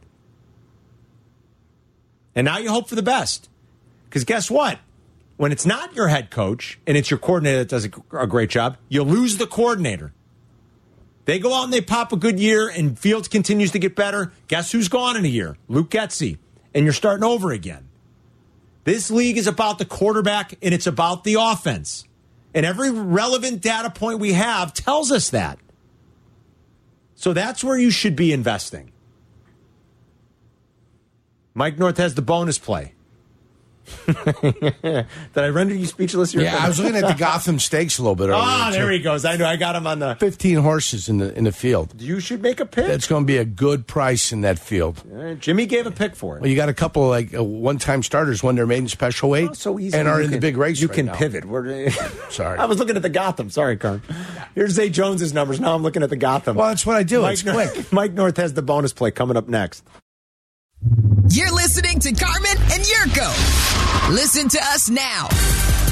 B: And now you hope for the best. Because guess what? When it's not your head coach and it's your coordinator that does a, a great job, you lose the coordinator. They go out and they pop a good year, and Fields continues to get better. Guess who's gone in a year? Luke Getzey. And you're starting over again. This league is about the quarterback and it's about the offense. And every relevant data point we have tells us that. So that's where you should be investing. Mike North has the bonus play. Did I render you speechless?
C: Yeah, I was looking at the Gotham Stakes a little bit earlier.
B: Ah,
C: too.
B: there he goes. I know. I got him on the.
C: Fifteen horses in the in the field.
B: You should make a pick.
C: That's going to be a good price in that field.
B: Uh, Jimmy gave a pick for it.
C: Well, you got a couple of, like uh, one-time starters when they're made in special weight
B: Not so easy.
C: and are
B: You
C: in the
B: can-
C: big race.
B: You
C: right
B: can
C: now.
B: pivot. We're,
C: Sorry.
B: I was looking at the Gotham. Sorry, Carm. Here's Zay Jones's numbers. Now I'm looking at the Gotham.
C: Well, that's what I do.
B: Mike
C: It's
B: Nor-
C: quick.
B: Mike North has the bonus play coming up next.
A: You're listening to Carmen and Yurko. Listen to us now.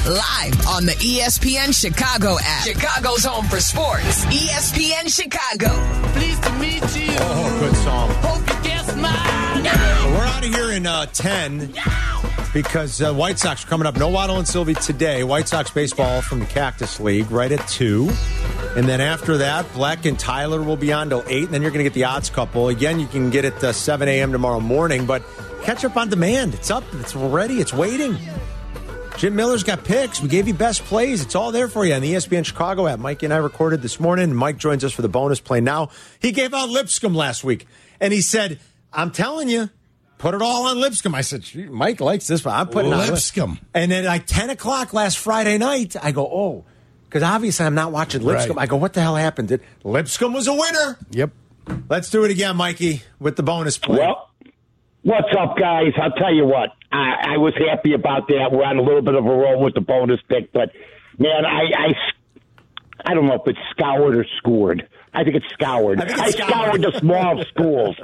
A: Live on the E ESPN Chicago app. E Chicago's home for sports. ESPN Chicago.
K: Pleased to meet you.
B: Oh, good song.
K: Hope you guess my name.
B: We're out of here in uh, 10 because uh, White Sox are coming up. No Waddle and Sylvie today. White Sox baseball from the Cactus League right at 2. And then after that, Black and Tyler will be on till 8. And then you're going to get the odds couple. Again, you can get it uh, 7 a.m. tomorrow morning. But catch up on demand. It's up. It's ready. It's waiting. Jim Miller's got picks. We gave you best plays. It's all there for you on the E ESPN Chicago app. Mike and I recorded this morning. Mike joins us for the bonus play now. He gave out Lipscomb last week, and he said, "I'm telling you, put it all on Lipscomb." I said, "Gee, "Mike likes this, but I'm putting it on
C: Lipscomb.
B: And then like ten o'clock last Friday night, I go, "Oh." Because obviously I'm not watching Lipscomb.
C: Right.
B: I go, what the hell happened? Did Lipscomb was a winner.
C: Yep.
B: Let's do it again, Mikey, with the bonus play.
L: Well, what's up, guys? I'll tell you what. I, I was happy about that. We're on a little bit of a roll with the bonus pick, but man, I, I, s- I don't know if it's scoured or scored. I think it's scoured.
B: I think it's scoured.
L: scoured the small schools,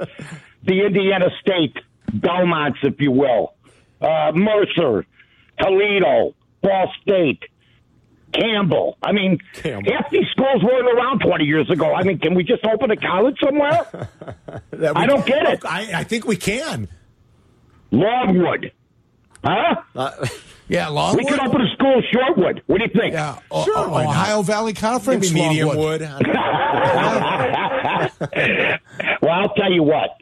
L: the Indiana State Belmonts, if you will, uh, Mercer, Toledo, Ball State. Campbell. I mean,
B: Campbell.
L: half these schools weren't around 20 years ago. I mean, can we just open a college somewhere?
B: That we-
L: I don't get it.
B: I, I think we can.
L: Longwood. Huh?
B: Uh,
C: Yeah,
L: we could
C: Longwood.
L: open a school Shortwood. What do you think?
C: Yeah, O-
B: Sure,
C: O-
B: why not?
C: Ohio Valley Conference.
B: Maybe medium
C: Longwood.
B: wood. I don't know.
L: Well, I'll tell you what.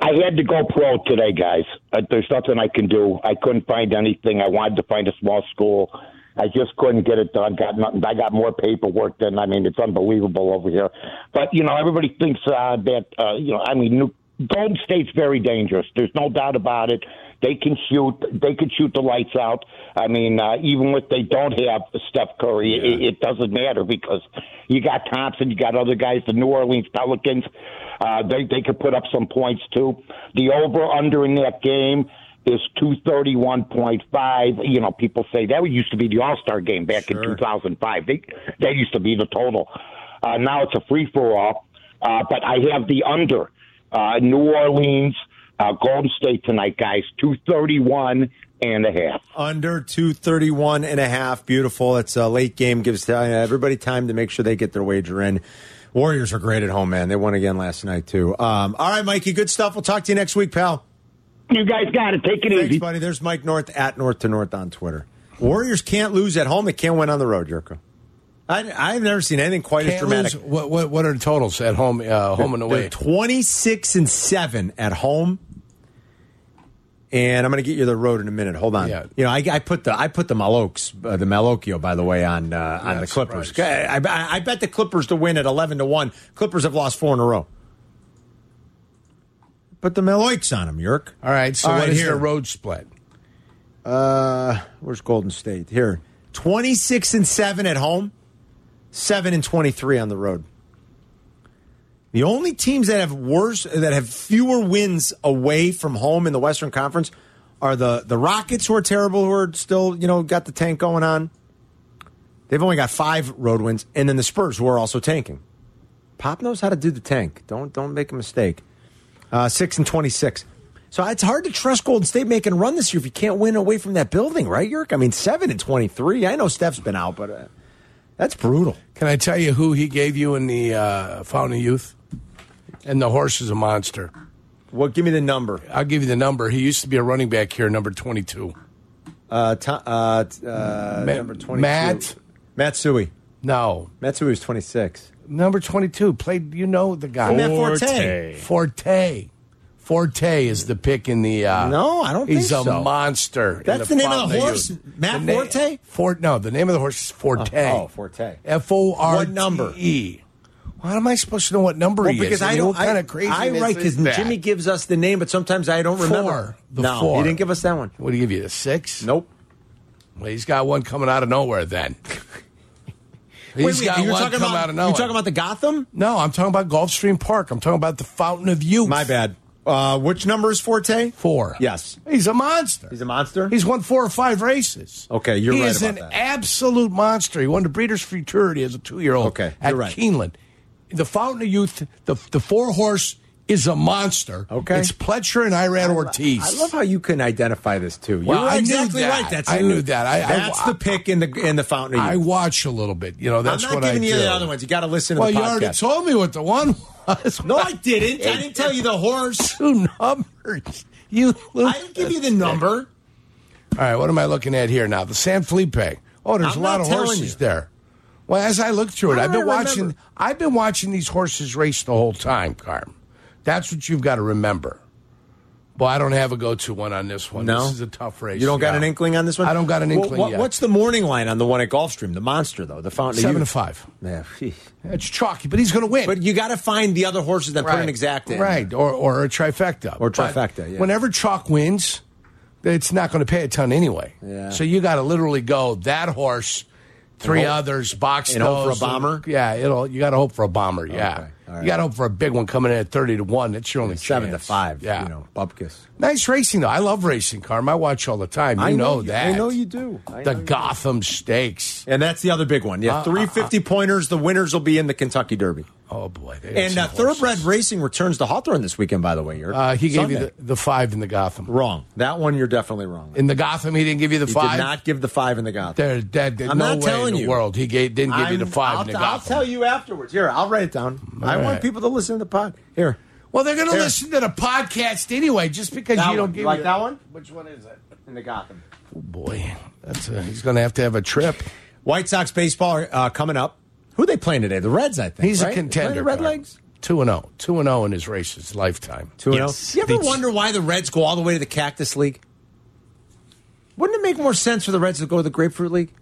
L: I had to go pro today, guys. Uh, there's nothing I can do. I couldn't find anything. I wanted to find a small school. I just couldn't get it done. Got nothing. I got more paperwork than I mean. It's unbelievable over here. But you know, everybody thinks uh, that uh, you know. I mean, New- Golden State's very dangerous. There's no doubt about it. They can shoot. They can shoot the lights out. I mean, uh, even if they don't have Steph Curry, it, it doesn't matter because you got Thompson, you got other guys. The New Orleans Pelicans, uh, they they could put up some points too. The over under in that game is two thirty one point five. You know, people say that used to be the All Star game back in two thousand five. They that used to be the total. Uh, now it's a free for all. Uh, but I have the under. Uh, New Orleans, uh, Golden State tonight, guys. Two thirty one and a half.
B: under 231 and a half beautiful it's a late game gives uh, everybody time to make sure they get their wager in warriors are great at home man they won again last night too um, all right mikey good stuff we'll talk to you next week pal
L: You guys got it. Take it
B: thanks
L: easy.
B: buddy there's mike north at north to north on twitter warriors can't lose at home they can't win on the road Yurko. I, i've never seen anything quite as
C: Can't
B: dramatic
C: lose- What, what, what are the totals at home? Uh, home and
B: They're
C: away.
B: 26 and 7 at home. And I'm going to get you the road in a minute. Hold on.
C: Yeah.
B: You know, I, I put the I put the Malokes, uh, the Malocchio, by the way, on uh, on
C: Yeah,
B: the Clippers. I,
C: surprised.
B: I, I bet the Clippers to win at 11 to one. Clippers have lost four in a row. Put the Malokes on them, Yerk.
C: All right. So
B: All
C: what
B: right,
C: is
B: here.
C: their road split?
B: Uh, where's Golden State? Here, 26 and 7 at home, 7 and 23 on the road. The only teams that have worse that have fewer wins away from home in the Western Conference are the the Rockets who are terrible who are still, you know, got the tank going on. They've only got 5 road wins and then the Spurs who are also tanking. Pop knows how to do the tank. Don't don't make a mistake. Uh, six and twenty-six. So it's hard to trust Golden State making a run this year if you can't win away from that building, right, Yerk? I mean, seven and twenty-three. I know Steph's been out, but uh, That's brutal.
C: Can I tell you who he gave you in the uh, Fountain of Youth? And the horse is a monster.
B: What? Give me the number.
C: I'll give you the number. He used to be a running back here, number twenty-two.
B: Uh, to, uh, t- uh,
C: Ma-
B: number 22.
C: Matt?
B: Matsui.
C: No,
B: Matsui was 26.
C: number twenty-two played. You know the guy.
B: Matt Forte.
C: Forte. Forte is the pick in the. Uh,
B: No, I don't
C: He's
B: think
C: a
B: so.
C: monster. in
B: That's the name of
C: Fountain
B: the horse?
C: Youth.
B: Matt
C: na-
B: Forte?
C: Fort. No, the name of the horse is Forte.
B: Oh, Forte.
C: F O R
B: What number?
C: E. How am I supposed to know what number
B: Well,
C: he
B: because
C: is?
B: I
C: mean,
B: don't.
C: What kind
B: I,
C: of crazy.
B: I write because Jimmy gives us the name, but sometimes I don't remember.
C: Four. The
B: no,
C: four.
B: he didn't give us that one.
C: What do you give you? The six?
B: Nope.
C: Well, he's got one coming out of nowhere. Then he's
B: Wait, wait,
C: got
B: you're
C: one
B: talking
C: coming
B: about,
C: out of nowhere.
B: You're talking about the Gotham?
C: no, I'm talking about Gulfstream Park. I'm talking about the Fountain of Youth.
B: My bad. Uh, which number is Forte?
C: Four.
B: Yes.
C: He's a monster.
B: He's a monster.
C: He's won four or five races.
B: Okay, you're
C: he
B: right
C: is
B: about
C: an
B: that.
C: absolute monster. He won the Breeders' Futurity as a two-year-old.
B: Okay,
C: at
B: you're right.
C: Keeneland, the Fountain of Youth, the the four horse is a monster.
B: Okay.
C: it's Pletcher and Iran Ortiz.
B: I love how you can identify this too.
C: Well,
B: you're
C: I knew
B: exactly
C: that.
B: right. That's
C: I
B: who-
C: knew that. I- I-
B: that's the pick in the in the fountain. Of
C: I
B: youth.
C: watch a little bit. You know, that's
B: I'm not
C: what I
B: giving you
C: do.
B: the other ones. You got to listen to
C: well,
B: the
C: you already
B: podcast.
C: told me what the one was.
B: no, I didn't. I didn't tell you the horse.
C: two numbers. You.
B: I didn't give you the number.
C: All right, what am I looking at here now? The San Felipe. Oh, there's
B: I'm
C: a lot
B: not
C: of
B: telling
C: horses
B: you.
C: there. Well, as I look through it,
B: How
C: I've
B: do
C: been
B: I
C: watching.
B: remember?
C: I've been watching these horses race the whole time, Carm. That's what you've got to remember. Well, I don't have a go-to one on this one.
B: No,
C: this is a tough race.
B: You don't got
C: Yeah.
B: an inkling on this one.
C: I don't got an
B: Well,
C: inkling
B: what-
C: yet.
B: What's the morning line on the one at Gulfstream? The monster though. The fountain. of
C: seven to
B: youth.
C: five?
B: Yeah. phew.
C: It's chalky, but he's going to win.
B: But you got to find the other horses that put an exact in.
C: right, or or a trifecta,
B: Or
C: But
B: trifecta, yeah.
C: Whenever chalk wins, it's not going to pay a ton anyway.
B: Yeah.
C: So you got to literally go that horse, three
B: And hope-
C: others, box
B: and hope for a
C: those,
B: bomber?
C: Yeah, it'll. You got to hope for a bomber. Yeah,
B: Okay, all right.
C: you got to hope for a big one coming in at thirty to one. That's your only
B: Seven to
C: chance.
B: five.
C: Yeah,
B: You know, Bupkis.
C: nice racing though. I love racing, Carm. I watch all the time. You
B: I know you-
C: that.
B: I know you do. I
C: the Uh,
B: know you do.
C: Gotham Stakes.
B: And that's the other big one. Yeah, three fifty pointers. The winners will be in the Kentucky Derby.
C: Oh boy, they got
B: And
C: some
B: uh, thoroughbred
C: horses.
B: racing returns to Hawthorne this weekend. By the way, you're
C: Uh, he gave
B: Sunday.
C: you the, the five in the Gotham.
B: wrong. That one you're definitely wrong.
C: In the Gotham, he didn't give you the
B: He
C: five.
B: did not give the five in the Gotham.
C: There, that, that,
B: I'm
C: no
B: not
C: way
B: telling
C: in the
B: you.
C: world. He gave, didn't give you the
B: I'm-
C: 5
B: I'll,
C: in the
B: I'll
C: Gotham.
B: tell you afterwards. Here, I'll write it down. I
C: All
B: want
C: right.
B: people to listen to the pod. Here,
C: Well, they're going to
B: Here.
C: listen to the podcast anyway, just because
B: That
C: you don't
B: one.
C: give
B: You like
C: me-
B: that one?
C: Which one is it?
B: in the Gotham.
C: Oh, boy, that's a, he's going to have to have a trip.
B: White Sox baseball uh, coming up. Who are they playing today? The Reds, I think.
C: He's
B: right?
C: a
B: They playing
C: contender.
B: The Red Legs.
C: two and zero, two and zero in his race's lifetime.
B: Two and
D: Yes.
B: oh. You ever
D: They-
B: wonder why the Reds go all the way to the Cactus League? Wouldn't it make more sense for the Reds to go to the Grapefruit League?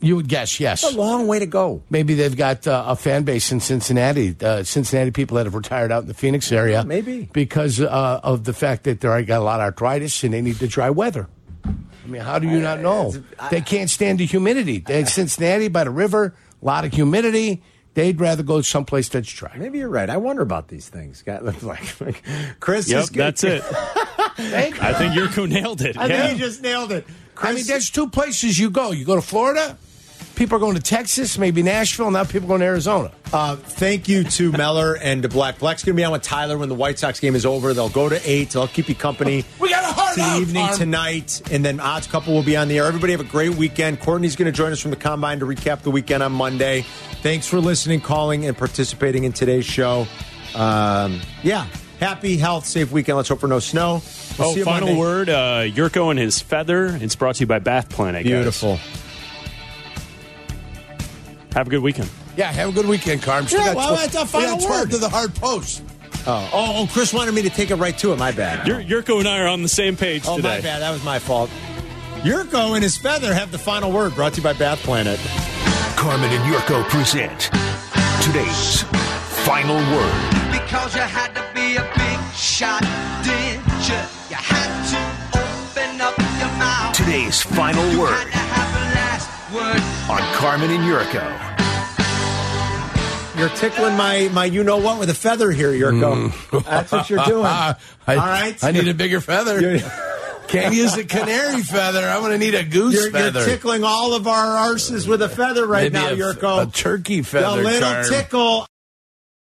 C: You would guess, yes.
B: It's a long way to go.
C: Maybe they've got uh, a fan base in Cincinnati, uh, Cincinnati people that have retired out in the Phoenix area.
B: maybe.
C: Because uh, of the fact that they got a lot of arthritis and they need the dry weather. I mean, how do you not know? they can't stand the humidity. They, Cincinnati by the river, a lot of humidity. They'd rather go someplace that's dry.
B: Maybe you're right. I wonder about these things. Got- Like, like Chris,
F: Yep,
B: is good.
F: that's it.
C: Thank
F: I think Yurko nailed it.
B: I
F: yeah.
B: think you just nailed it. Chris,
C: I mean, there's two places you go. You go to Florida, people are going to Texas, maybe Nashville, and now people are going to Arizona.
B: Uh, thank you to Meller and to Black. Black's going to be on with Tyler when the White Sox game is over. They'll go to eight. They'll keep you company.
C: We got a hard
B: to the
C: out,
B: evening
C: Arm.
B: tonight, and then Odds Couple will be on the air. Everybody have a great weekend. Courtney's going to join us from the combine to recap the weekend on Monday. Thanks for listening, calling, and participating in today's show. Um, yeah, happy, health, safe weekend. Let's hope for no snow. We'll
F: Oh,
B: see you
F: final
B: Monday.
F: word. Uh, Yurko and his feather. It's brought to you by Bath Planet. guys.
B: Beautiful.
F: Have a good weekend.
C: Yeah, have a good weekend, Carm. Still
B: Yeah,
C: got
B: well,
C: twelve-
B: that's a
C: we
B: final
C: got 12
B: word.
C: to the hard post.
B: Oh, oh, oh, Chris wanted me to take it right to it. My bad.
F: Yur- Yurko and I are on the same page
B: Oh,
F: today.
B: my bad. That was my fault. Yurko and his feather have the final word. Brought to you by Bath Planet.
M: Carmen and Yurko present today's final word.
K: Because you had to be a big shot, did you? You had to open up your mouth.
M: Today's final
K: You had
M: word
K: to have a last word.
M: on Carmen and Yurko.
B: You're tickling my my you know what with a feather here, Yurko. That's what you're doing.
C: Mm. I,
B: All right.
C: I need a bigger feather.
B: You're-
C: Can't use a canary feather. I'm going to need a goose
B: You're, you're
C: feather.
B: tickling all of our arses with a feather right
C: Maybe
B: now,
C: a,
B: Yurko.
C: a turkey feather.
B: the little
C: Carm.
B: tickle.